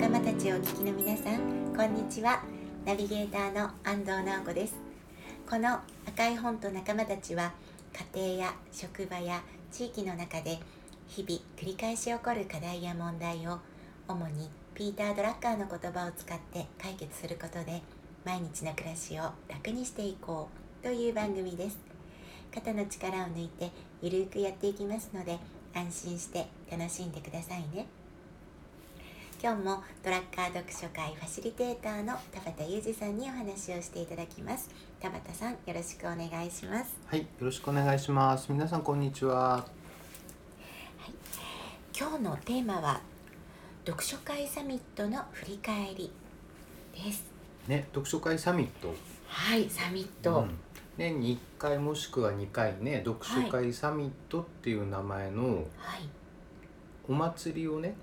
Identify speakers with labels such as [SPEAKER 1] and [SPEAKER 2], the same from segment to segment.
[SPEAKER 1] 聞きの皆さんこんにちはナビゲーターの安藤直子ですこの赤い本と仲間たちは家庭や職場や地域の中で日々繰り返し起こる課題や問題を主にピーター・ドラッカーの言葉を使って解決することで毎日の暮らしを楽にしていこうという番組です肩の力を抜いてゆるくやっていきますので安心して楽しんでくださいね今日もドラッカー読書会ファシリテーターの田畑裕二さんにお話をしていただきます田畑さんよろしくお願いします
[SPEAKER 2] はい、よろしくお願いします。皆さんこんにちは。
[SPEAKER 1] 今日のテーマは読書会サミットの振り返りです
[SPEAKER 2] ね、読書会サミット。
[SPEAKER 1] はいサミット、
[SPEAKER 2] うん年に1回もしくは2回ね、読書会サミットっていう名前の
[SPEAKER 1] はい
[SPEAKER 2] お祭りをね、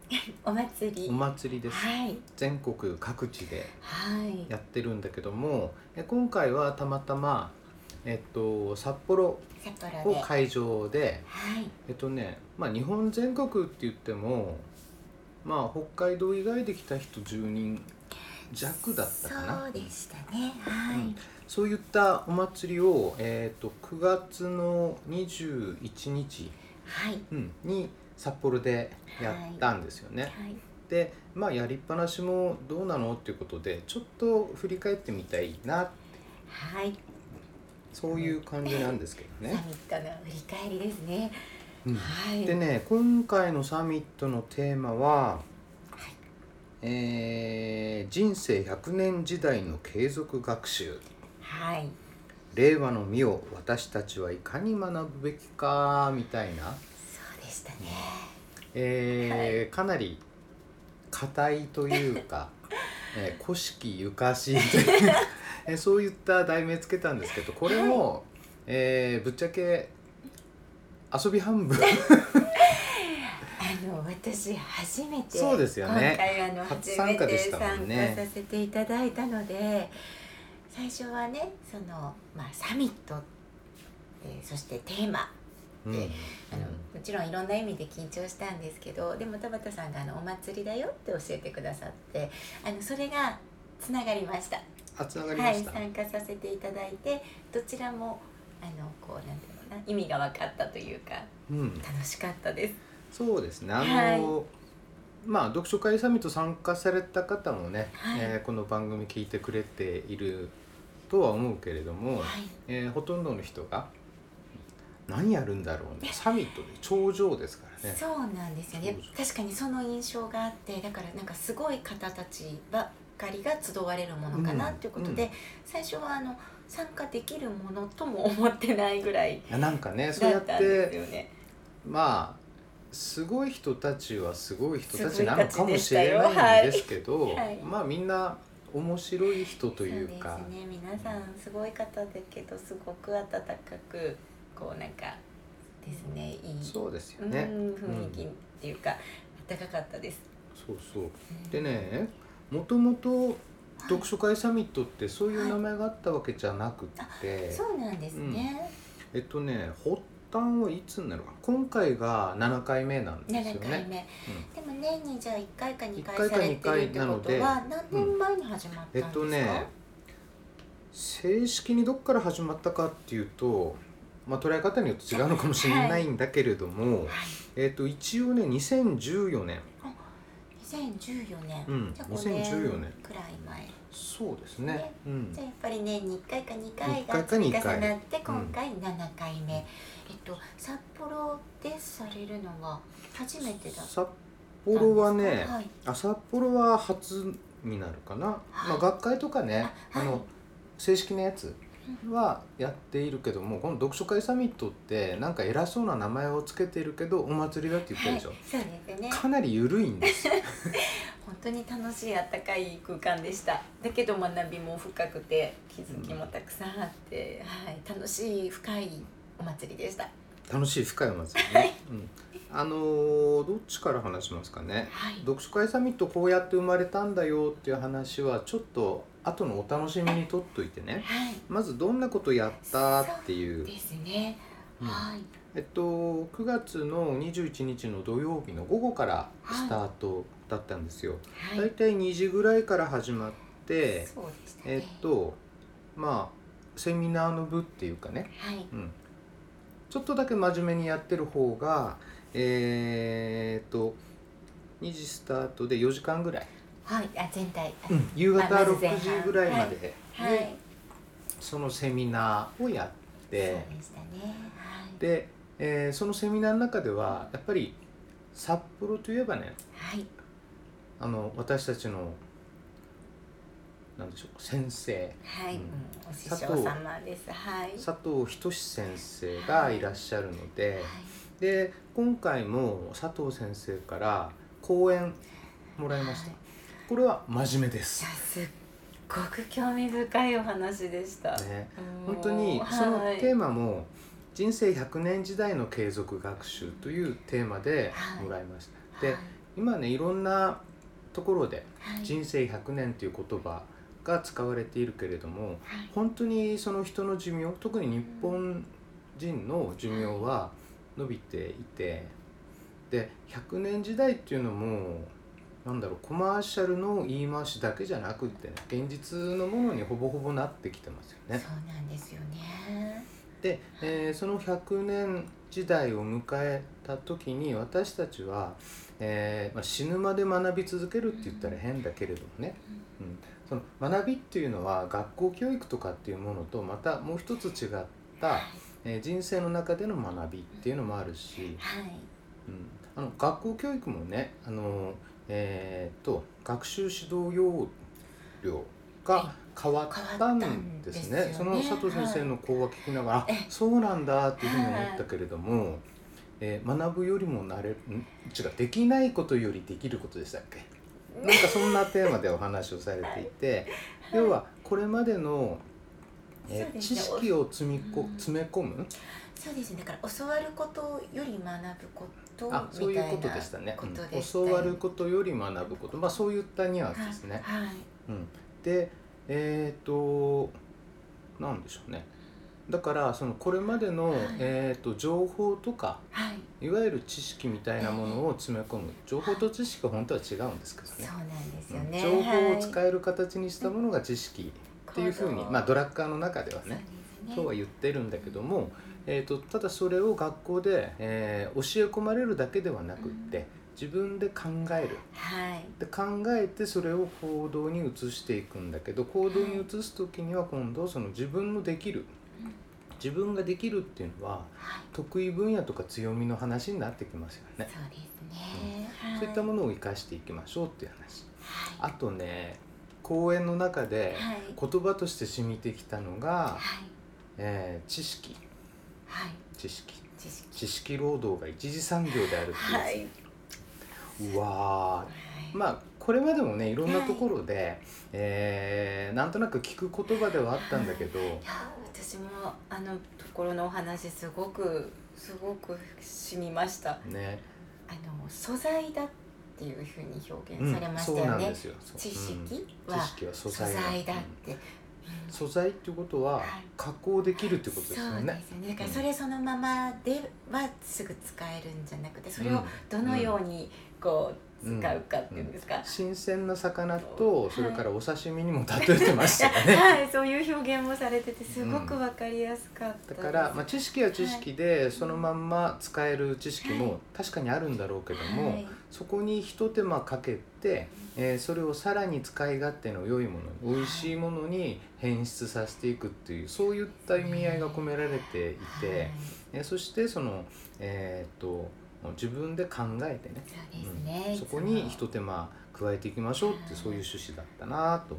[SPEAKER 1] お祭り
[SPEAKER 2] お祭りです。
[SPEAKER 1] はい
[SPEAKER 2] 全国各地で
[SPEAKER 1] はい
[SPEAKER 2] やってるんだけども、え今回はたまたまえっと札幌
[SPEAKER 1] 札幌
[SPEAKER 2] を
[SPEAKER 1] では
[SPEAKER 2] 会場で、
[SPEAKER 1] い
[SPEAKER 2] えっとね、まあ日本全国って言っても、まあ北海道以外で来た人10人弱だったかな。
[SPEAKER 1] そうでしたねはい、
[SPEAKER 2] うんそういったお祭りを、えー、と9月の21日、
[SPEAKER 1] はいはい
[SPEAKER 2] うんに札幌でやったんですよね。でまあやりっぱなしもどうなのっていうことでちょっと振り返ってみたいな
[SPEAKER 1] はい、
[SPEAKER 2] そういう感じなんですけど
[SPEAKER 1] サ
[SPEAKER 2] ね。
[SPEAKER 1] ミットの振り返りですね、
[SPEAKER 2] うん
[SPEAKER 1] はい
[SPEAKER 2] でね今回のサミットのテーマは「えー人生100年時代の継続学習」。
[SPEAKER 1] はい
[SPEAKER 2] 令和の実を私たちはいかに学ぶべきかみたいな、
[SPEAKER 1] そうでしたね
[SPEAKER 2] えーかなり硬いというか、えー、古式ゆかしいという、 えーそういった題名つけたんですけどこれも、えーぶっちゃけ遊び半 分
[SPEAKER 1] あの私初めて
[SPEAKER 2] そうですよね
[SPEAKER 1] 今回あの初め
[SPEAKER 2] 初参加
[SPEAKER 1] て
[SPEAKER 2] でしたも
[SPEAKER 1] 参
[SPEAKER 2] んね
[SPEAKER 1] 加させていただいたので最初はねその、まあ、サミットでそしてテーマ
[SPEAKER 2] うん
[SPEAKER 1] であのもちろんいろんな意味で緊張したんですけどでも田畑さんがあの「お祭りだよ」って教えてくださってあのそれがつながりました
[SPEAKER 2] あつながり
[SPEAKER 1] は
[SPEAKER 2] ま
[SPEAKER 1] い、
[SPEAKER 2] した、
[SPEAKER 1] 参加させていただいてどちらもあのこうなんていうのかな意味が分かったというか
[SPEAKER 2] うん、
[SPEAKER 1] 楽しかったです。
[SPEAKER 2] そうですねあの、
[SPEAKER 1] は
[SPEAKER 2] まあ読書会サミット参加された方もね、
[SPEAKER 1] はい
[SPEAKER 2] えーこの番組聞いてくれているとは思うけれども、
[SPEAKER 1] はい、
[SPEAKER 2] えーほとんどの人が何やるんだろうねサミットで頂上ですからね
[SPEAKER 1] そうなんですよね
[SPEAKER 2] そう
[SPEAKER 1] 確かにその印象があってだからなんかすごい方たちばっかりが集われるものかな
[SPEAKER 2] うん
[SPEAKER 1] ということで、
[SPEAKER 2] うん
[SPEAKER 1] 最初はあの参加できるものとも思ってないぐらい
[SPEAKER 2] いやなんかねそ
[SPEAKER 1] だ
[SPEAKER 2] うや
[SPEAKER 1] っ
[SPEAKER 2] った
[SPEAKER 1] んです
[SPEAKER 2] て
[SPEAKER 1] よね。
[SPEAKER 2] まあすごい人たちはすごい人た
[SPEAKER 1] す
[SPEAKER 2] ち
[SPEAKER 1] ごい
[SPEAKER 2] な
[SPEAKER 1] 人
[SPEAKER 2] の
[SPEAKER 1] たち
[SPEAKER 2] かも
[SPEAKER 1] でし
[SPEAKER 2] した
[SPEAKER 1] よ
[SPEAKER 2] れないんですけど、
[SPEAKER 1] はい はい
[SPEAKER 2] まあみんな面白い人と
[SPEAKER 1] そう
[SPEAKER 2] い
[SPEAKER 1] で
[SPEAKER 2] う
[SPEAKER 1] すね
[SPEAKER 2] か
[SPEAKER 1] 皆さんすごい方だけどすごく温かくこうなんかですねいい
[SPEAKER 2] そうです
[SPEAKER 1] う
[SPEAKER 2] よ
[SPEAKER 1] ん
[SPEAKER 2] ね、
[SPEAKER 1] 雰囲気っていうか、温かかったです。
[SPEAKER 2] そうそうでねもともと読書会サミットってそういう名前があったわけじゃなくて、
[SPEAKER 1] そうなんですね。
[SPEAKER 2] えっとね発端はいつになるかな今回が7回目なんで
[SPEAKER 1] 七
[SPEAKER 2] すよ
[SPEAKER 1] 回
[SPEAKER 2] ね
[SPEAKER 1] 目、でも年にじゃあ一回か二回
[SPEAKER 2] 一回
[SPEAKER 1] さ
[SPEAKER 2] か
[SPEAKER 1] れて
[SPEAKER 2] 二
[SPEAKER 1] るっ
[SPEAKER 2] 回
[SPEAKER 1] て
[SPEAKER 2] な
[SPEAKER 1] こ
[SPEAKER 2] の
[SPEAKER 1] と
[SPEAKER 2] で
[SPEAKER 1] は何年前に始まったん
[SPEAKER 2] え
[SPEAKER 1] です
[SPEAKER 2] っ
[SPEAKER 1] か？
[SPEAKER 2] とね正式にどっから始まったかっていうとまあ捉え方によって違うのかもしれないんだけれども、
[SPEAKER 1] はい。
[SPEAKER 2] えっと一応ね2014年
[SPEAKER 1] 二千十四年。
[SPEAKER 2] うん
[SPEAKER 1] じゃあ五
[SPEAKER 2] 2014年
[SPEAKER 1] くらい前。
[SPEAKER 2] そうですね
[SPEAKER 1] ね
[SPEAKER 2] うん
[SPEAKER 1] じゃあやっぱり年に一回か二回
[SPEAKER 2] 一回
[SPEAKER 1] が
[SPEAKER 2] か
[SPEAKER 1] 積み
[SPEAKER 2] 二
[SPEAKER 1] 重
[SPEAKER 2] 回
[SPEAKER 1] なって
[SPEAKER 2] うん
[SPEAKER 1] 今回七回目。えっと札幌でされるのは初めてだったんですか。
[SPEAKER 2] 札幌はね、
[SPEAKER 1] はい。
[SPEAKER 2] あ札幌は初になるかな、
[SPEAKER 1] はい
[SPEAKER 2] まあ、学会とかね
[SPEAKER 1] あ
[SPEAKER 2] あ、
[SPEAKER 1] はい
[SPEAKER 2] の正式なやつはやっているけどもこの読書会サミットってなんか偉そうな名前をつけてるけどお祭りだって言ってる
[SPEAKER 1] はい。
[SPEAKER 2] でし
[SPEAKER 1] そ
[SPEAKER 2] ょ、
[SPEAKER 1] うですね。
[SPEAKER 2] かなり緩いんですよ
[SPEAKER 1] 本当に楽しいあったかい空間でしただけど学びも深くて気づきもたくさんあって、はい、楽しい深いお祭りでした
[SPEAKER 2] 楽しい深いお祭りね、うん、あのーどっちから話しますかね
[SPEAKER 1] はい
[SPEAKER 2] 読書会サミットこうやって生まれたんだよっていう話はちょっと後のお楽しみにとっといてね
[SPEAKER 1] は
[SPEAKER 2] まずどんなことやったっていう
[SPEAKER 1] いですね、
[SPEAKER 2] うん
[SPEAKER 1] はい
[SPEAKER 2] えっと、9月の21日の土曜日の午後からスタートだったんですよ。
[SPEAKER 1] はい、
[SPEAKER 2] 大体2時ぐらいから始まって、
[SPEAKER 1] そうでしたね、
[SPEAKER 2] えっとまあセミナーの部っていうかね、
[SPEAKER 1] はい
[SPEAKER 2] うん、ちょっとだけ真面目にやってる方がえー、っと2時スタートで4時間ぐらい、
[SPEAKER 1] はいあ全体、
[SPEAKER 2] 夕方
[SPEAKER 1] あまず前半
[SPEAKER 2] 6時ぐらいまで、
[SPEAKER 1] はい、
[SPEAKER 2] でそのセミナーをやって
[SPEAKER 1] そうでしたねはい
[SPEAKER 2] で、えーそのセミナーの中ではやっぱり札幌といえばね
[SPEAKER 1] はい
[SPEAKER 2] あの私たちのなんでしょう先生
[SPEAKER 1] はい、
[SPEAKER 2] うん
[SPEAKER 1] うんお師匠様ですはい
[SPEAKER 2] 佐藤仁先生がいらっしゃるので。
[SPEAKER 1] はい
[SPEAKER 2] で今回も佐藤先生から講演もらいました、
[SPEAKER 1] はい
[SPEAKER 2] これは真面目で
[SPEAKER 1] い
[SPEAKER 2] す
[SPEAKER 1] や、すっごく興味深いお話でした、
[SPEAKER 2] ね、
[SPEAKER 1] もう
[SPEAKER 2] 本当にその
[SPEAKER 1] はい
[SPEAKER 2] テーマも「人生100年時代の継続学習」というテーマで
[SPEAKER 1] はい
[SPEAKER 2] もらいました、
[SPEAKER 1] はい
[SPEAKER 2] で今ねいろんなところで
[SPEAKER 1] は
[SPEAKER 2] 「
[SPEAKER 1] い
[SPEAKER 2] 人生100年」という言葉が使われているけれども
[SPEAKER 1] はい
[SPEAKER 2] 本当にその人の寿命特に日本人の寿命は伸びていてで100年時代っていうのもなんだろうコマーシャルの言い回しだけじゃなくってね現実のものにほぼほぼなってきてますよね
[SPEAKER 1] そ。うなんですよね
[SPEAKER 2] で、えーその100年時代を迎えた時に私たちは、えーまあ、死ぬまで学び続けるって言ったら変だけれどもねその学びっていうのは学校教育とかっていうものとまたもう一つ違った、えー人生の中での学びっていうのもあるし、
[SPEAKER 1] はい
[SPEAKER 2] うん、あの学校教育もねあの、えーっと学習指導要領が変わったんですね
[SPEAKER 1] 変わったんですよね
[SPEAKER 2] その佐藤先生の講話聞きながら、
[SPEAKER 1] い
[SPEAKER 2] あそうなんだっていうふうに思ったけれども、えー学ぶよりもなれるん違うできないことよりできることでしたっけなんかそんなテーマでお話をされていて、 要はこれまでの、えー
[SPEAKER 1] そうです
[SPEAKER 2] 知
[SPEAKER 1] ね
[SPEAKER 2] 識を積みこ
[SPEAKER 1] うん
[SPEAKER 2] 詰め込む、
[SPEAKER 1] そうですねだから教わることより学ぶことみたい
[SPEAKER 2] あ
[SPEAKER 1] な
[SPEAKER 2] そういうことでしたね
[SPEAKER 1] ことで
[SPEAKER 2] うん
[SPEAKER 1] したよ
[SPEAKER 2] 教わることより学ぶこと、まあ、そういったニュアンスですね、
[SPEAKER 1] はいはい
[SPEAKER 2] うん、でえっ、となんでしょうねだからそのこれまでの、
[SPEAKER 1] はい
[SPEAKER 2] えー、と情報とか
[SPEAKER 1] はい
[SPEAKER 2] いわゆる知識みたいなものを詰め込む情報と知識は本当は違うんですけど
[SPEAKER 1] そう
[SPEAKER 2] ね
[SPEAKER 1] なんですよ
[SPEAKER 2] うん
[SPEAKER 1] ね、
[SPEAKER 2] 情報を使
[SPEAKER 1] う
[SPEAKER 2] える形にしたものが知識っていうふうに、まあ、ドラッカーの中ではねそうは言ってるんだけども、えー、とただそれを学校で、えー教え込まれるだけではなくって、
[SPEAKER 1] うん
[SPEAKER 2] 自分で考える
[SPEAKER 1] はい
[SPEAKER 2] で考えてそれを行動に移していくんだけど行動に移す時には今度その自分のできる
[SPEAKER 1] うん
[SPEAKER 2] 自分ができるっていうのは
[SPEAKER 1] はい
[SPEAKER 2] 得意分野とか強みの話になってきますよ
[SPEAKER 1] そう
[SPEAKER 2] ね
[SPEAKER 1] で。すね、はい、
[SPEAKER 2] そういったも
[SPEAKER 1] の
[SPEAKER 2] のを生かしていきましょうっていう話。
[SPEAKER 1] は
[SPEAKER 2] あとね講演の中
[SPEAKER 1] い
[SPEAKER 2] で
[SPEAKER 1] はい
[SPEAKER 2] 言葉として染みてきたのが、
[SPEAKER 1] はい
[SPEAKER 2] えー知識
[SPEAKER 1] はい
[SPEAKER 2] 知識
[SPEAKER 1] 知識
[SPEAKER 2] 知識労働が一次産業であるっていう、
[SPEAKER 1] はい、はい、
[SPEAKER 2] うわーまあこれまでもねいろんなところで、えーなんとなく聞く言葉ではあったんだけど、
[SPEAKER 1] いや私もあのところのお話すごくすごく染みましたあ
[SPEAKER 2] ね
[SPEAKER 1] の素材だっていうふうに表
[SPEAKER 2] う
[SPEAKER 1] 現
[SPEAKER 2] ん
[SPEAKER 1] されまし
[SPEAKER 2] そ
[SPEAKER 1] た
[SPEAKER 2] う
[SPEAKER 1] よ
[SPEAKER 2] なん
[SPEAKER 1] ね、
[SPEAKER 2] ですよ。そう
[SPEAKER 1] 知
[SPEAKER 2] うん
[SPEAKER 1] 識
[SPEAKER 2] 知
[SPEAKER 1] は
[SPEAKER 2] 識は素
[SPEAKER 1] 素
[SPEAKER 2] 材
[SPEAKER 1] 材だっ
[SPEAKER 2] うん
[SPEAKER 1] て、うん
[SPEAKER 2] 素材っていうことは
[SPEAKER 1] はい
[SPEAKER 2] 加工できるってことですよね。
[SPEAKER 1] そうですよねだからそれそのままではすぐ使えるんじゃなくてそれ
[SPEAKER 2] う
[SPEAKER 1] を
[SPEAKER 2] ん
[SPEAKER 1] どのようにこう使うかっていうんですか、
[SPEAKER 2] 新鮮な魚
[SPEAKER 1] は
[SPEAKER 2] と
[SPEAKER 1] い
[SPEAKER 2] それからお刺身にも例えてましたよね。
[SPEAKER 1] はい、 そういう表現もされててすごくわかりやすかった
[SPEAKER 2] だ
[SPEAKER 1] です、
[SPEAKER 2] から、まあ、知識は知識でそのまんま使える知識も確かにあるんだろうけども、
[SPEAKER 1] はい
[SPEAKER 2] そこにひと手間かけて、えーそれをさらに使い勝手の良いものに美味しいものに変質させていくっていうそういった意味合いが込められてい
[SPEAKER 1] はい
[SPEAKER 2] て、えーそしてその、えーっと自分で考えてね
[SPEAKER 1] そうですね、
[SPEAKER 2] うん
[SPEAKER 1] いつ
[SPEAKER 2] そ
[SPEAKER 1] も
[SPEAKER 2] こにひと手間加えていきましょうって
[SPEAKER 1] はい
[SPEAKER 2] そういう趣旨だったなと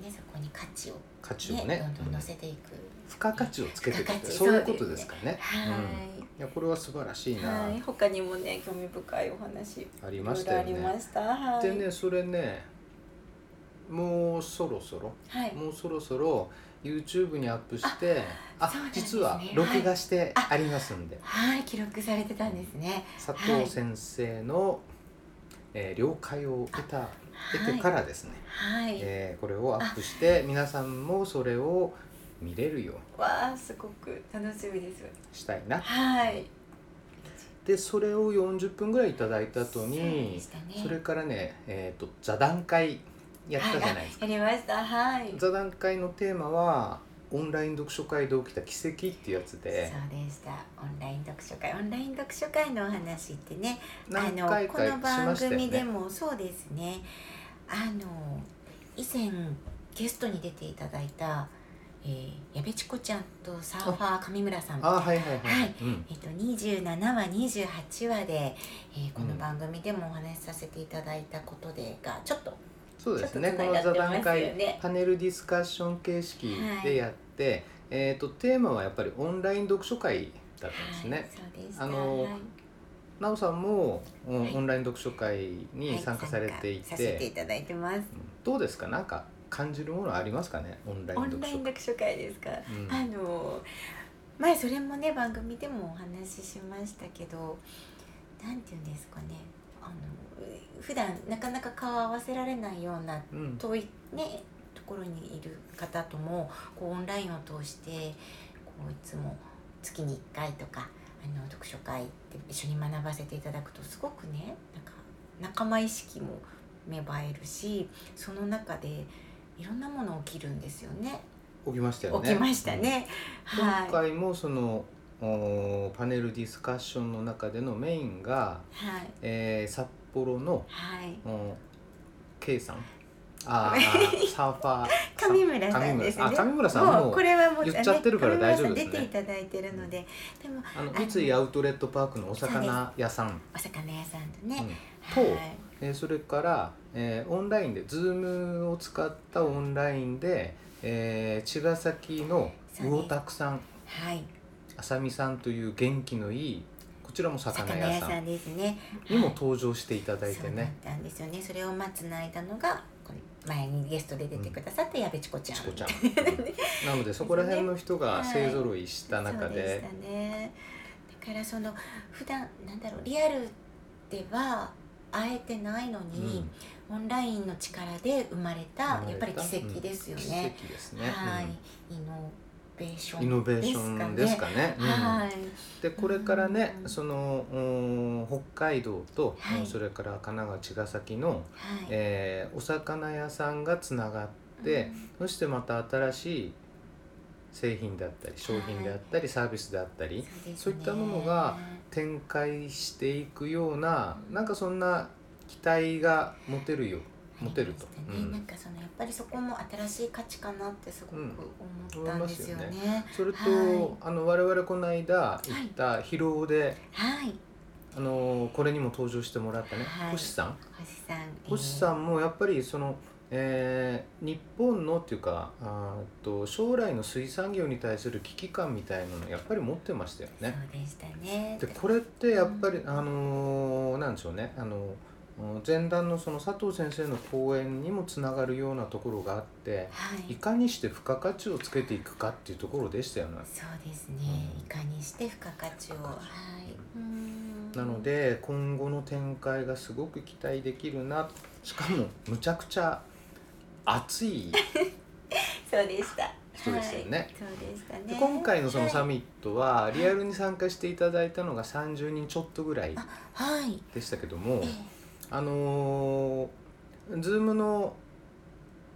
[SPEAKER 1] ね、そこに価値を
[SPEAKER 2] 価値を
[SPEAKER 1] ね
[SPEAKER 2] ね
[SPEAKER 1] どんどん乗せ
[SPEAKER 2] うん
[SPEAKER 1] ていく、
[SPEAKER 2] 付加価値をつけていく
[SPEAKER 1] 付加
[SPEAKER 2] っ
[SPEAKER 1] 価
[SPEAKER 2] て
[SPEAKER 1] 値
[SPEAKER 2] そういうことですかね。
[SPEAKER 1] はい、
[SPEAKER 2] いやこれは素晴らしいな、
[SPEAKER 1] はい、他にもね興味深いお話
[SPEAKER 2] ありましたよね
[SPEAKER 1] いろいろありましたはい
[SPEAKER 2] でねそれねもうそろそろ
[SPEAKER 1] はい
[SPEAKER 2] もうそろそろ YouTube にアップしてあ
[SPEAKER 1] そうなんです
[SPEAKER 2] 実
[SPEAKER 1] ね
[SPEAKER 2] は録画してありますんで、
[SPEAKER 1] はい記録されてたんですね
[SPEAKER 2] 佐藤先生の、えー了解を得た得てからですね、
[SPEAKER 1] はい、
[SPEAKER 2] えーこれをアップして皆さんもそれを見れるように
[SPEAKER 1] わあすごく楽しみです
[SPEAKER 2] したいな
[SPEAKER 1] はい
[SPEAKER 2] でそれを40分ぐらいいただいた後
[SPEAKER 1] そうで
[SPEAKER 2] に
[SPEAKER 1] したね
[SPEAKER 2] それからね、えー、と座談会やったじゃないですか。
[SPEAKER 1] やりましたはい
[SPEAKER 2] 座談会のテーマはオンライン読書会で起きた奇跡っていうやつ
[SPEAKER 1] そうで
[SPEAKER 2] で
[SPEAKER 1] したオンライン読書会オンライン読書会のお話ってね
[SPEAKER 2] 何回
[SPEAKER 1] あのこの
[SPEAKER 2] かし
[SPEAKER 1] 番
[SPEAKER 2] ましたよ
[SPEAKER 1] 組で
[SPEAKER 2] ね。
[SPEAKER 1] もそうですねあの以前ゲストに出ていただいた、えー、矢部チコちゃんとサーファー上村さん
[SPEAKER 2] あはいはいはい。
[SPEAKER 1] はい
[SPEAKER 2] うん
[SPEAKER 1] えっと、27話28話で、えーこの
[SPEAKER 2] うん
[SPEAKER 1] 番組でもお話しさせていただいたことでがちょっと
[SPEAKER 2] そうですね
[SPEAKER 1] ちょっ
[SPEAKER 2] こと
[SPEAKER 1] 繋
[SPEAKER 2] の
[SPEAKER 1] が
[SPEAKER 2] 座
[SPEAKER 1] って
[SPEAKER 2] 談
[SPEAKER 1] ます
[SPEAKER 2] 会、
[SPEAKER 1] よね
[SPEAKER 2] パネルディスカッション形式でやって、えー、とテーマはやっぱりオンライン読書会だったんです
[SPEAKER 1] はい
[SPEAKER 2] ね。、
[SPEAKER 1] そうでした
[SPEAKER 2] あの
[SPEAKER 1] はい
[SPEAKER 2] なおさんも、お
[SPEAKER 1] はい
[SPEAKER 2] オンライン読書会
[SPEAKER 1] は
[SPEAKER 2] に
[SPEAKER 1] い
[SPEAKER 2] 参加されていて,、
[SPEAKER 1] 参加させていただいてます
[SPEAKER 2] どうですかなんか感じるものありますかねオンライン
[SPEAKER 1] オン
[SPEAKER 2] 読
[SPEAKER 1] ライ
[SPEAKER 2] 書
[SPEAKER 1] ン
[SPEAKER 2] 会。
[SPEAKER 1] 読書会ですか、
[SPEAKER 2] うん
[SPEAKER 1] あの前それもね番組でもお話ししましたけどなんて言うんですかねあの普段なかなか顔を合わせられないような
[SPEAKER 2] うん
[SPEAKER 1] 遠いねところにいる方ともこうオンラインを通してこういつも月に1回とかあの読書会で一緒に学ばせていただくとすごくねなんか仲間意識も芽生えるしその中でいろんなもの起きるんですよね。
[SPEAKER 2] 起きましたよね。
[SPEAKER 1] 起きましたね。はい
[SPEAKER 2] 今。回もその、おパネルディスカッションの中でのメインが、
[SPEAKER 1] はい。
[SPEAKER 2] えー札幌の
[SPEAKER 1] はい。
[SPEAKER 2] お K さんあ ーサーファーさん
[SPEAKER 1] 上村さんですね。
[SPEAKER 2] 上村さんあ上村さんも
[SPEAKER 1] もうこれはもう
[SPEAKER 2] 言っちゃってるから大丈夫ですね
[SPEAKER 1] 上村さん出ていただいてるので、でも
[SPEAKER 2] あの
[SPEAKER 1] あの
[SPEAKER 2] 三井アウトレットパークのお魚屋さん、
[SPEAKER 1] お魚屋さんと
[SPEAKER 2] うん
[SPEAKER 1] ね。
[SPEAKER 2] と
[SPEAKER 1] はい
[SPEAKER 2] えーそれから、えーオンラインで Zoom を使ったオンラインで、えー茅ヶ崎の
[SPEAKER 1] そうね
[SPEAKER 2] 魚拓さん
[SPEAKER 1] はい。
[SPEAKER 2] あさみさんという元気のいいこちらも魚
[SPEAKER 1] 魚屋
[SPEAKER 2] 屋さ
[SPEAKER 1] さ
[SPEAKER 2] ん
[SPEAKER 1] んですね。
[SPEAKER 2] にも
[SPEAKER 1] はい
[SPEAKER 2] 登場していただいて
[SPEAKER 1] そうだっ
[SPEAKER 2] ね、
[SPEAKER 1] たんですよね。それを待つ間のがこの前にゲストで出てくださった矢部チコちゃん。
[SPEAKER 2] チコ ちゃんうんなのでそこら辺の人が勢ぞろいした
[SPEAKER 1] そ
[SPEAKER 2] 中
[SPEAKER 1] うでし
[SPEAKER 2] で
[SPEAKER 1] たねだからその普段なんだろうリアルでは会えてないのに、オンラインの力で生まれた
[SPEAKER 2] 生ま
[SPEAKER 1] やっ
[SPEAKER 2] れ
[SPEAKER 1] ぱ
[SPEAKER 2] た
[SPEAKER 1] り奇跡ですよ
[SPEAKER 2] うん
[SPEAKER 1] ね、
[SPEAKER 2] 奇跡ですね、
[SPEAKER 1] はい、
[SPEAKER 2] うん
[SPEAKER 1] イノベーション
[SPEAKER 2] イノベーションですかね。うん
[SPEAKER 1] はい、
[SPEAKER 2] でこれからね、
[SPEAKER 1] うん
[SPEAKER 2] そのうん北海道と、
[SPEAKER 1] はい
[SPEAKER 2] うんそれから神奈川茅ヶ崎の、
[SPEAKER 1] はい
[SPEAKER 2] えーお魚屋さんがつながって、そしてまた新しい製品であったり商品であったり、サービスであったり
[SPEAKER 1] うん
[SPEAKER 2] そういったものが展開していくようななんかそんな期待が持てるよ持てると
[SPEAKER 1] ありましたね
[SPEAKER 2] うん
[SPEAKER 1] なんかそのやっぱりそこも新しい価値かなってすごく思ったんですよね,、
[SPEAKER 2] うん思いそれと、
[SPEAKER 1] はい
[SPEAKER 2] あの我々この間行った疲労で、
[SPEAKER 1] はい
[SPEAKER 2] あのこれにも登場してもらったね、
[SPEAKER 1] はい
[SPEAKER 2] 星さん
[SPEAKER 1] 星さん
[SPEAKER 2] 星さんもやっぱりその、えー日本のっていうかあーっと将来の水産業に対する危機感みたいなのやっぱり持ってましたよ
[SPEAKER 1] えー
[SPEAKER 2] ね。
[SPEAKER 1] そうでしたね
[SPEAKER 2] でこれってやっぱり、
[SPEAKER 1] うん
[SPEAKER 2] あのーなんでしょうね、あのー前段のその佐藤先生の講演にもつながるようなところがあって
[SPEAKER 1] はい
[SPEAKER 2] いかにして付加価値をつけていくかっていうところでしたよね。
[SPEAKER 1] そうですね、
[SPEAKER 2] うん
[SPEAKER 1] いかにして付加価値を
[SPEAKER 2] 付加
[SPEAKER 1] は
[SPEAKER 2] 価値
[SPEAKER 1] いうん
[SPEAKER 2] なので今後の展開がすごく期待できるなしかもむちゃくちゃ熱い、
[SPEAKER 1] そうでした
[SPEAKER 2] そうでしたよね
[SPEAKER 1] はいそうでした
[SPEAKER 2] で
[SPEAKER 1] ね
[SPEAKER 2] 今回のそのサ
[SPEAKER 1] ミ
[SPEAKER 2] ミットはリアルに参加していただいたのが30人ちょっとぐらい
[SPEAKER 1] はい、はい
[SPEAKER 2] でしたけども
[SPEAKER 1] ええ
[SPEAKER 2] あのー、Zoom の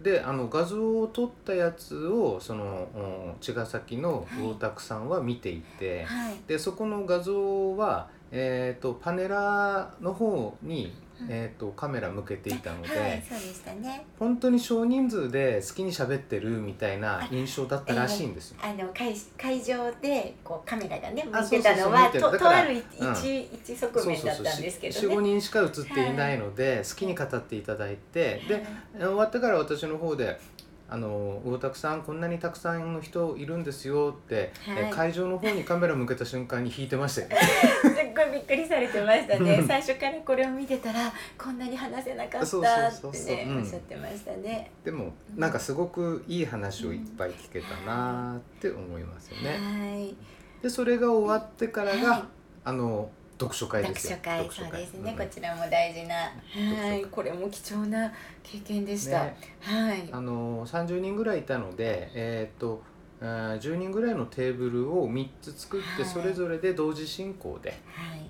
[SPEAKER 2] であの画像を撮ったやつをそのうん茅ヶ崎の魚拓さんは見ていて、
[SPEAKER 1] はい
[SPEAKER 2] でそこの画像は、えー、とパネラーの方に
[SPEAKER 1] うん
[SPEAKER 2] えー、とカメラ向けていたので、
[SPEAKER 1] はいそうでしたね
[SPEAKER 2] 本当に少人数で好きに喋ってるみたいな印象だったらしいんですよ。
[SPEAKER 1] あの会会場でこうカメラがね
[SPEAKER 2] あ
[SPEAKER 1] 向いてたの
[SPEAKER 2] そ
[SPEAKER 1] は
[SPEAKER 2] うそうそう
[SPEAKER 1] とと
[SPEAKER 2] 見てるだか
[SPEAKER 1] あ
[SPEAKER 2] ら
[SPEAKER 1] る一、
[SPEAKER 2] うん
[SPEAKER 1] 一一側面だったんですけど
[SPEAKER 2] 45
[SPEAKER 1] ね
[SPEAKER 2] 人しか映っていないので、好きに語っていただいてで終わってから私の方で「あの魚拓さんこんなにたくさんの人いるんですよ」って、
[SPEAKER 1] はい
[SPEAKER 2] えー会場の方にカメラ向けた瞬間に引いてましたよ ね。
[SPEAKER 1] すっごいびっくりされてましたね
[SPEAKER 2] うん
[SPEAKER 1] 最初からこれを見てたらこんなに話せなかったって
[SPEAKER 2] そう
[SPEAKER 1] ね
[SPEAKER 2] そうそうそううん
[SPEAKER 1] おっしゃってましたね。
[SPEAKER 2] でもなんかすごくいい話をいっぱい聞けたなーって思いますよね。
[SPEAKER 1] はい
[SPEAKER 2] でそれが終わってからが、
[SPEAKER 1] はい
[SPEAKER 2] あの読書会で
[SPEAKER 1] 読
[SPEAKER 2] すよ
[SPEAKER 1] 書会
[SPEAKER 2] 読書
[SPEAKER 1] そうですね、
[SPEAKER 2] うん
[SPEAKER 1] こちらも大事なは
[SPEAKER 2] 読
[SPEAKER 1] い
[SPEAKER 2] 書会
[SPEAKER 1] これも貴重な経験でした、
[SPEAKER 2] ね
[SPEAKER 1] はい
[SPEAKER 2] あの30人ぐらいいたので、えーっとえー10人ぐらいのテーブルを3つ作っ
[SPEAKER 1] は
[SPEAKER 2] て、
[SPEAKER 1] い
[SPEAKER 2] それぞれで同時進行で、
[SPEAKER 1] はい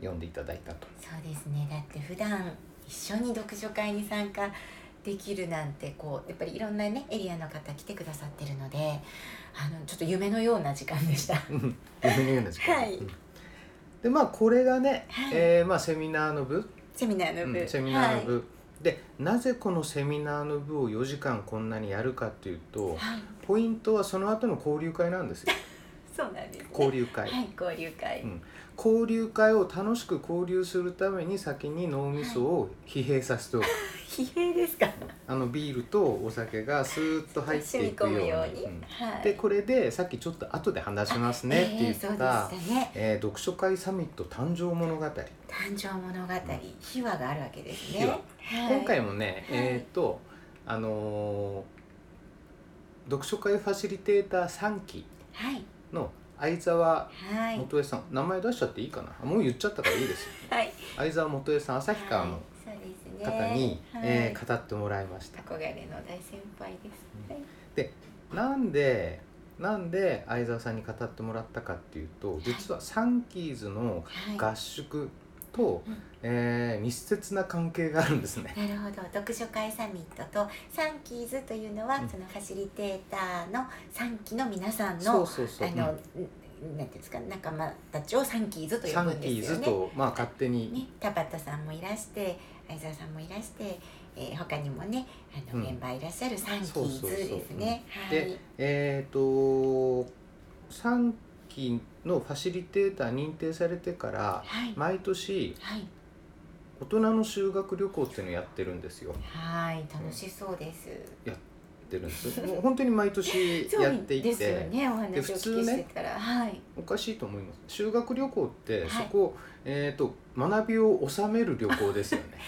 [SPEAKER 2] 読んでいただいたと。
[SPEAKER 1] そうですねだって普段一緒に読書会に参加できるなんてこうやっぱりいろんなねエリアの方来てくださってるのであのちょっと夢のような時間でしたは
[SPEAKER 2] うん夢のような時間。
[SPEAKER 1] はい
[SPEAKER 2] うんでまあこれがね、
[SPEAKER 1] はい
[SPEAKER 2] えーまあ、セミナーの部、
[SPEAKER 1] セミナーの部、
[SPEAKER 2] うんセミナーの部、
[SPEAKER 1] は
[SPEAKER 2] でなぜこのセミナーの部を4時間こんなにやるかっていう
[SPEAKER 1] い、
[SPEAKER 2] と
[SPEAKER 1] はい、
[SPEAKER 2] ポイントはその後の交流会なんです よ
[SPEAKER 1] そうなんですね
[SPEAKER 2] 交流会、
[SPEAKER 1] はい交流会、
[SPEAKER 2] うん交流会を楽しく交流するために先に脳みそを疲弊させておく、
[SPEAKER 1] 疲弊ですか
[SPEAKER 2] あのビールとお酒がスーッと入っていくよう
[SPEAKER 1] 染
[SPEAKER 2] に
[SPEAKER 1] み込むように、
[SPEAKER 2] うん
[SPEAKER 1] はい
[SPEAKER 2] でこれでさっきちょっと後で話しますねって言
[SPEAKER 1] え
[SPEAKER 2] った,、え
[SPEAKER 1] ーそうでしたね
[SPEAKER 2] ー読書会サミット誕生物語、
[SPEAKER 1] 誕生物語秘話があるわけですね
[SPEAKER 2] 秘話
[SPEAKER 1] はい
[SPEAKER 2] 今回もね、
[SPEAKER 1] はい
[SPEAKER 2] えっ、とあのー読書会ファシリテーター3期
[SPEAKER 1] はい
[SPEAKER 2] の相沢
[SPEAKER 1] はい
[SPEAKER 2] 元江さん、名前出しちゃっていいかなもう言っちゃったからいいですよ
[SPEAKER 1] はい
[SPEAKER 2] 相沢元江さん旭川の
[SPEAKER 1] はいそうですね
[SPEAKER 2] 方に、え
[SPEAKER 1] はい
[SPEAKER 2] ー語ってもらいました
[SPEAKER 1] 憧れの大先輩です、はい
[SPEAKER 2] なんでなんで相沢さんに語ってもらったかっていうと実はサンキーズの
[SPEAKER 1] は
[SPEAKER 2] 合宿と、
[SPEAKER 1] うん
[SPEAKER 2] えー密接な関係があるんですね
[SPEAKER 1] い、なるほど読書会サミットとサンキーズというのは、
[SPEAKER 2] うん
[SPEAKER 1] そのファシリテーターの3期の皆さん
[SPEAKER 2] そ
[SPEAKER 1] の
[SPEAKER 2] うそうそう
[SPEAKER 1] あの、
[SPEAKER 2] うん
[SPEAKER 1] んなんていうんですか仲間たちをサンキーズと呼
[SPEAKER 2] サ
[SPEAKER 1] ぶ
[SPEAKER 2] ン
[SPEAKER 1] ん
[SPEAKER 2] キ
[SPEAKER 1] で
[SPEAKER 2] ー
[SPEAKER 1] すよ
[SPEAKER 2] ズ
[SPEAKER 1] ね。
[SPEAKER 2] と、まあ、勝手に、
[SPEAKER 1] ね、田畑さんもいらして相沢さんもいらして、えー、他にもねあの、
[SPEAKER 2] うん
[SPEAKER 1] メンバーいらっしゃるサンキ
[SPEAKER 2] そう
[SPEAKER 1] ーズ
[SPEAKER 2] そうそう
[SPEAKER 1] ですね。はい
[SPEAKER 2] でえっ、と3期のファシリテーター認定されてから
[SPEAKER 1] はい、
[SPEAKER 2] 毎年
[SPEAKER 1] はい、
[SPEAKER 2] 大人の修学旅行っていうのをやってるんですよ。や
[SPEAKER 1] はい楽しそうです。
[SPEAKER 2] ってるんです。もう本当に毎年やってい
[SPEAKER 1] そうで
[SPEAKER 2] て、
[SPEAKER 1] すよねお話をお聞きしてたら、はい
[SPEAKER 2] おかしいと思います。修学旅行って、
[SPEAKER 1] はい
[SPEAKER 2] そこえっ、と学びを収める旅行ですよね。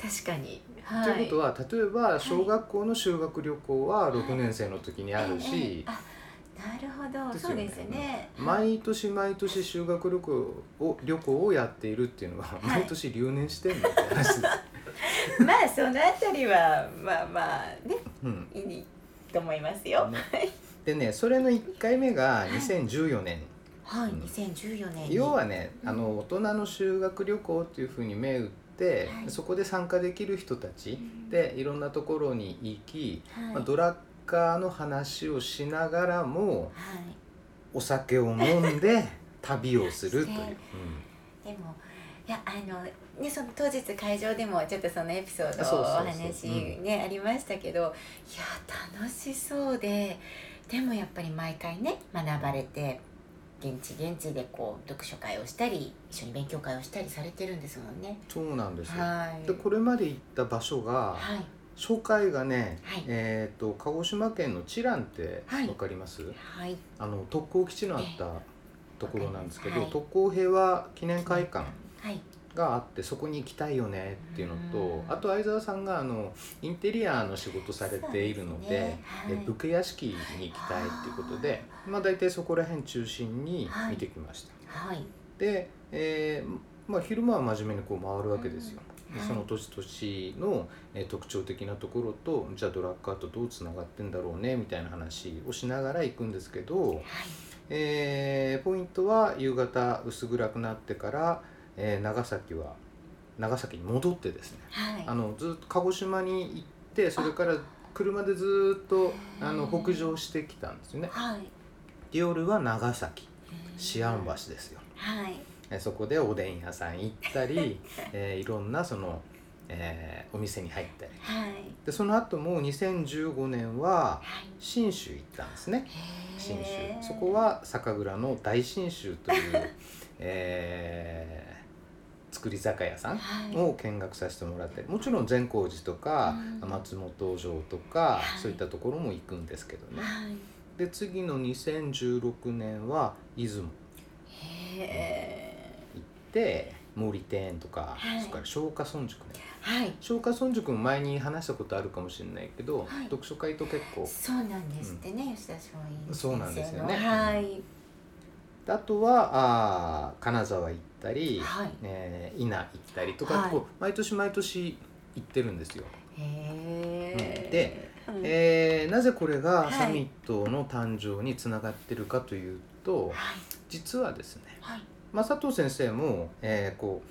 [SPEAKER 1] 確かに。 はい、
[SPEAKER 2] ということは例えば小学校の修学旅行は6年生の時にあるし。
[SPEAKER 1] ええええあなるほど、
[SPEAKER 2] です
[SPEAKER 1] そ
[SPEAKER 2] よ
[SPEAKER 1] う
[SPEAKER 2] ね
[SPEAKER 1] ですね。
[SPEAKER 2] 毎年毎年修学旅行を旅行をやっているっていうのは、
[SPEAKER 1] い
[SPEAKER 2] 毎年留年してんのって 話です、
[SPEAKER 1] まあそのあたりはまあまあね
[SPEAKER 2] うんね
[SPEAKER 1] いいと思いますよ。
[SPEAKER 2] でねそれの1回目が
[SPEAKER 1] い
[SPEAKER 2] 2014年、
[SPEAKER 1] はい、
[SPEAKER 2] うん
[SPEAKER 1] 2014年に。
[SPEAKER 2] 要はね
[SPEAKER 1] うん
[SPEAKER 2] あの大人の修学旅行っていうふうに銘打って、
[SPEAKER 1] はい
[SPEAKER 2] そこで参加できる人た
[SPEAKER 1] う
[SPEAKER 2] ち
[SPEAKER 1] ん、
[SPEAKER 2] でいろんなところに行き、
[SPEAKER 1] はい、
[SPEAKER 2] まあ
[SPEAKER 1] はい、
[SPEAKER 2] ドラッカーの話をしながらもお酒を飲 んで旅をするという。
[SPEAKER 1] そうですねでもいやあのねその当日会場でもちょっとそのエピソード
[SPEAKER 2] あそう
[SPEAKER 1] お
[SPEAKER 2] そうそう
[SPEAKER 1] 話ねありましたけど、いや楽しそうででもやっぱり毎回ね学ばれて。現地現地でこう読書会をしたり一緒に勉強会をしたりされてるんですもんね。
[SPEAKER 2] うんそうなんですよ
[SPEAKER 1] はい。
[SPEAKER 2] でこれまで行った場所が、
[SPEAKER 1] はい。
[SPEAKER 2] 初回がね、
[SPEAKER 1] はい
[SPEAKER 2] えっ、と鹿児島県の知覧って
[SPEAKER 1] はい
[SPEAKER 2] わかります、
[SPEAKER 1] はい。
[SPEAKER 2] あの特攻基地のあったところなんですけど、
[SPEAKER 1] はい
[SPEAKER 2] 特攻平和記念会館
[SPEAKER 1] はい。
[SPEAKER 2] があってそこに行きたいよねっていうのと
[SPEAKER 1] うん
[SPEAKER 2] あと相沢さんがあのインテリアの仕事されているの
[SPEAKER 1] そ
[SPEAKER 2] で
[SPEAKER 1] うですねはい
[SPEAKER 2] え武家屋敷に行きたいっていうことでまあ大体そこら辺中心に見てきました。
[SPEAKER 1] はい。
[SPEAKER 2] で、えーまあ、昼間は真面目にこう回るわけですよ、
[SPEAKER 1] うん
[SPEAKER 2] でその年々の、えー特徴的なところとじゃあドラッカーとどうつながってんだろうねみたいな話をしながら行くんですけ
[SPEAKER 1] は
[SPEAKER 2] ど、
[SPEAKER 1] い。
[SPEAKER 2] えーポイントは夕方薄暗くなってから、えー長崎は長崎に戻ってですね
[SPEAKER 1] はい。
[SPEAKER 2] あのずっと鹿児島に行ってそれから車でずっと
[SPEAKER 1] あ
[SPEAKER 2] あの北上してきたんですよね
[SPEAKER 1] はい。
[SPEAKER 2] で夜は長崎思案橋ですよ
[SPEAKER 1] はい。
[SPEAKER 2] えーそこでおでん屋さん行っ たり、えーいろんなその、えーお店に入ったり
[SPEAKER 1] はい。
[SPEAKER 2] でその後も2015年
[SPEAKER 1] は
[SPEAKER 2] は
[SPEAKER 1] い。
[SPEAKER 2] 信州行ったんですね信州
[SPEAKER 1] へー
[SPEAKER 2] そこ。は酒蔵の大信州という、 えー作り酒屋さん
[SPEAKER 1] はい。
[SPEAKER 2] を見学させてもらってもちろん善光寺とか
[SPEAKER 1] うん
[SPEAKER 2] 松本城とか
[SPEAKER 1] はい
[SPEAKER 2] そういったところも行くんですけどね
[SPEAKER 1] はい。
[SPEAKER 2] で次の2016年は出
[SPEAKER 1] へ
[SPEAKER 2] 雲
[SPEAKER 1] え。
[SPEAKER 2] 行って森庭園とか、
[SPEAKER 1] はい
[SPEAKER 2] それから松下村塾ね
[SPEAKER 1] はい。
[SPEAKER 2] 松下村塾も前に話したことあるかもしれないけど、
[SPEAKER 1] はい
[SPEAKER 2] 読書会と結構
[SPEAKER 1] そうなんですってね、吉田松陰先生の。
[SPEAKER 2] そうなんですよね
[SPEAKER 1] はい。
[SPEAKER 2] あとはあー金沢行ったり、
[SPEAKER 1] はい。
[SPEAKER 2] えー伊那行ったりとか、
[SPEAKER 1] はい
[SPEAKER 2] こう毎年毎年行ってるんですよ。
[SPEAKER 1] へえ。
[SPEAKER 2] で
[SPEAKER 1] うん、
[SPEAKER 2] えーなぜこれ
[SPEAKER 1] は
[SPEAKER 2] が
[SPEAKER 1] い
[SPEAKER 2] サミットの誕生につながってるかというと、
[SPEAKER 1] はい。
[SPEAKER 2] 実はですね
[SPEAKER 1] はい。
[SPEAKER 2] まあ、佐藤先生も、えーこう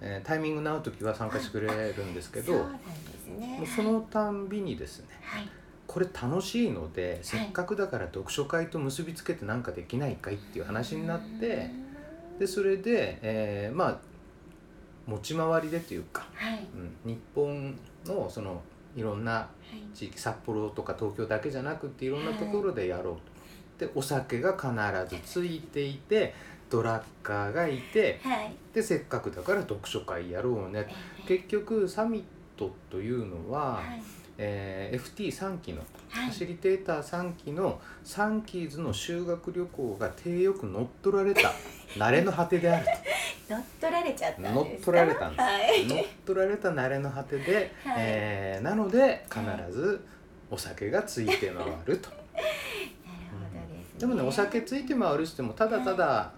[SPEAKER 2] えータイミングの合う時は参加してくれるんですけど
[SPEAKER 1] そう
[SPEAKER 2] も
[SPEAKER 1] なんですね
[SPEAKER 2] うそのたんびにですね
[SPEAKER 1] はい
[SPEAKER 2] これ楽しいのでせっかくだから読書会と結びつけてなんかできないかいっていう話になってでそれで、えーまあ持ち回りでというか、
[SPEAKER 1] はいはい
[SPEAKER 2] うん、日本のそのいろんな地域札幌とか東京だけじゃなくていろんなところでやろうと。でお酒が必ずついていてドラッカーがいて
[SPEAKER 1] はい
[SPEAKER 2] でせっかくだから読書会やろうね
[SPEAKER 1] えー
[SPEAKER 2] 結局サミットというのは、
[SPEAKER 1] はい
[SPEAKER 2] えー FT3 期の
[SPEAKER 1] は
[SPEAKER 2] ファ
[SPEAKER 1] い
[SPEAKER 2] シリテーター3期のサンキーズの修学旅行が手よく乗っ取られた慣れの果てである
[SPEAKER 1] 乗っ取られちゃったんですか
[SPEAKER 2] 乗っ取られたんです
[SPEAKER 1] はい
[SPEAKER 2] と乗っ取られた慣れの果てで、
[SPEAKER 1] はい
[SPEAKER 2] えーなので必ずお酒がついて回ると
[SPEAKER 1] なるほどですね
[SPEAKER 2] でもねお酒ついて回るしてもただただ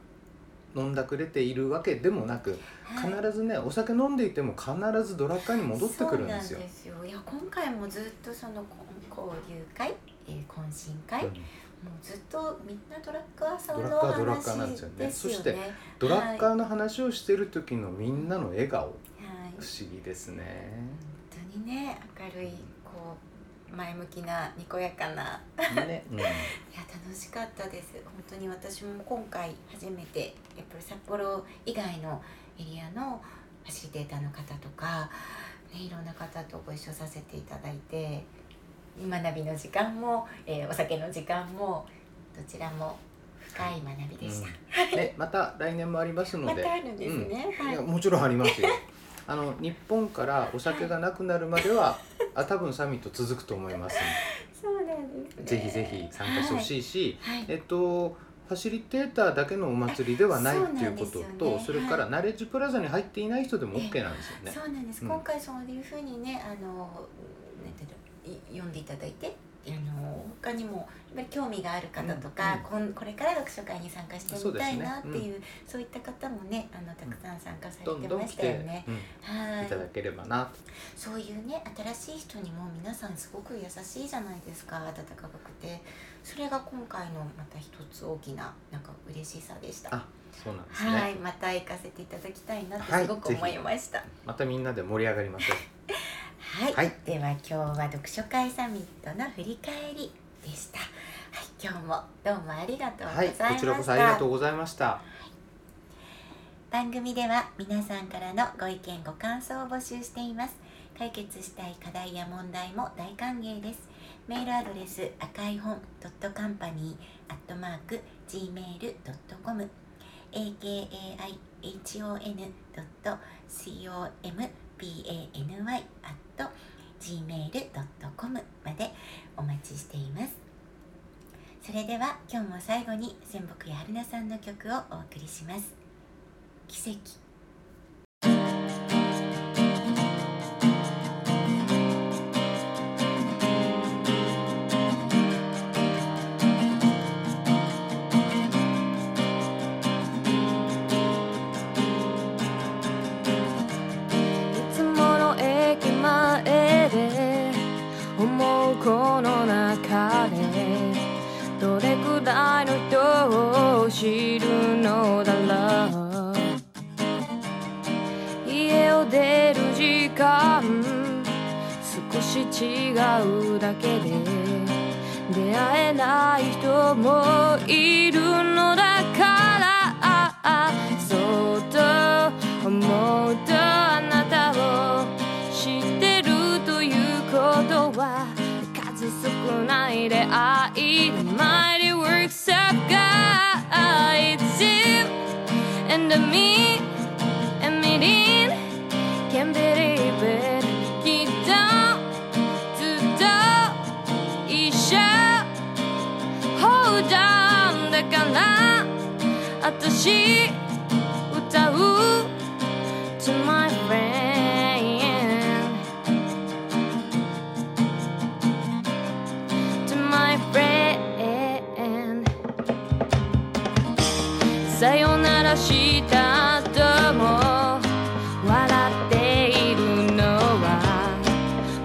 [SPEAKER 2] 飲んだくれているわけでもなく
[SPEAKER 1] はい
[SPEAKER 2] 必ずねお酒飲んでいても必ずドラッカーに戻ってくるんです
[SPEAKER 1] そう
[SPEAKER 2] よ
[SPEAKER 1] なん。ですよいや今回もずっとそのこ交流会、えー懇親会、
[SPEAKER 2] うん
[SPEAKER 1] もうずっとみんなドラッグアーさんの
[SPEAKER 2] ドラッグアードラッグアーなん
[SPEAKER 1] 話
[SPEAKER 2] で
[SPEAKER 1] ですす
[SPEAKER 2] よ
[SPEAKER 1] よ
[SPEAKER 2] ね
[SPEAKER 1] ね。
[SPEAKER 2] そしてドラッカーの話をしてる時のみんなの笑顔
[SPEAKER 1] はい、
[SPEAKER 2] 不思議ですね。
[SPEAKER 1] 本当にね明るいこう前向きなにこやかな
[SPEAKER 2] ね、
[SPEAKER 1] いや楽しかったです本当に私も今回初めてやっぱり札幌以外のエリアのファシリテーターの方とか、ね、いろんな方とご一緒させていただいて学びの時間も、えーお酒の時間もどちらも深い学びでした、
[SPEAKER 2] うん、でまた来年もありますの
[SPEAKER 1] ま
[SPEAKER 2] で、
[SPEAKER 1] たあるんですね、
[SPEAKER 2] い
[SPEAKER 1] はい
[SPEAKER 2] やもちろんありま すよ。あの日本からお酒がなくなるまでは、あ多分サミット続くと思います
[SPEAKER 1] そうなんです、
[SPEAKER 2] の
[SPEAKER 1] ね、
[SPEAKER 2] で、ぜひぜひ参加してほ
[SPEAKER 1] い、
[SPEAKER 2] しいし、
[SPEAKER 1] はい
[SPEAKER 2] えっとファシリテーターだけのお祭りではない
[SPEAKER 1] そう
[SPEAKER 2] っ
[SPEAKER 1] なん
[SPEAKER 2] ていうこと
[SPEAKER 1] ですよ
[SPEAKER 2] と、
[SPEAKER 1] ね
[SPEAKER 2] それからナレッジプラザに入っていない人でも OK なんですよね。
[SPEAKER 1] そうなんです、
[SPEAKER 2] うん
[SPEAKER 1] 今回そういうふうにねあのなんていうのい読んでいただいてあの他にもやっぱり興味がある方とか、こんこれから読書会に参加してみたいなっていう
[SPEAKER 2] そう
[SPEAKER 1] そう
[SPEAKER 2] です
[SPEAKER 1] いった方もねあのたくさん参加され
[SPEAKER 2] どん
[SPEAKER 1] て
[SPEAKER 2] ど
[SPEAKER 1] ま
[SPEAKER 2] ん
[SPEAKER 1] し
[SPEAKER 2] 来
[SPEAKER 1] たよ
[SPEAKER 2] て、
[SPEAKER 1] ね。
[SPEAKER 2] うん
[SPEAKER 1] はい
[SPEAKER 2] いただければなと。
[SPEAKER 1] そういうね新しい人にも皆さんすごく優しいじゃないですか温かくてそれが今回のまた一つ大きななんか嬉しさでした。
[SPEAKER 2] あそうなんですね。
[SPEAKER 1] はい、また行かせていただきたいなって
[SPEAKER 2] はい
[SPEAKER 1] すごく思いました。
[SPEAKER 2] またみんなで盛り上がりましょう。
[SPEAKER 1] はい、
[SPEAKER 2] はい
[SPEAKER 1] では今日は読書会サミットの振り返りでした。はい、今日もどうもありがとうござ
[SPEAKER 2] はいい、
[SPEAKER 1] ま
[SPEAKER 2] こ
[SPEAKER 1] した。
[SPEAKER 2] ちらこそありがとうございました。
[SPEAKER 1] 番組では皆さんからのご意見ご感想を募集しています解決したい課題や問題も大歓迎ですメールアドレス赤い本 .company.gmail.com akaihon.company.gmail.com までお待ちしていますそれでは今日も最後に仙北や春菜さんの曲をお送りします奇跡
[SPEAKER 3] いつもの駅前で思うこの中でどれくらいの人を知るのだろう家を出る時間少し違うだけで出会えない人もいるのだからそっと思うとあなたを知ってるということは数少ない出会い The mighty works of God It's you and me and me in Can't believe it きっとずっと一緒 Hold on だから私歌う To my friend To my friend さよならした後も笑っているのは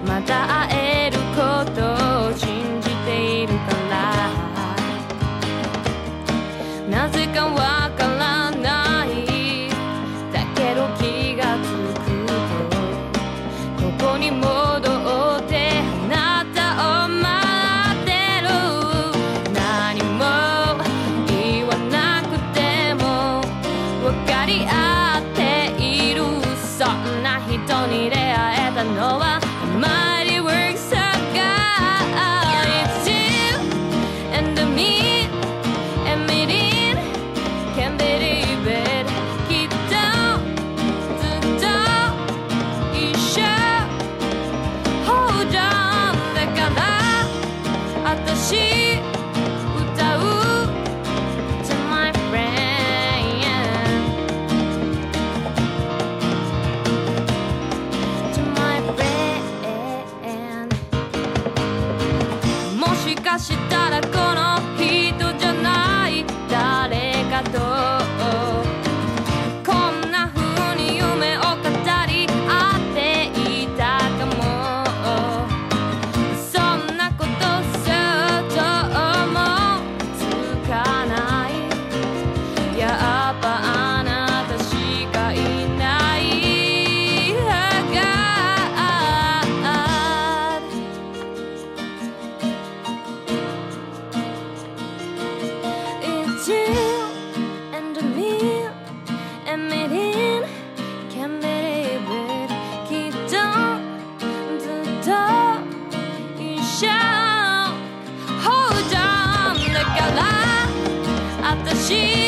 [SPEAKER 3] また会えることを信じているからなぜかわからないかしたらこの人じゃない誰かとこんな風に夢を語り合っていたかもそんなことするともつかないやっぱあなたしかいない God 一応 and me and me in can't believe it きっとずっと一緒 Hold on だから私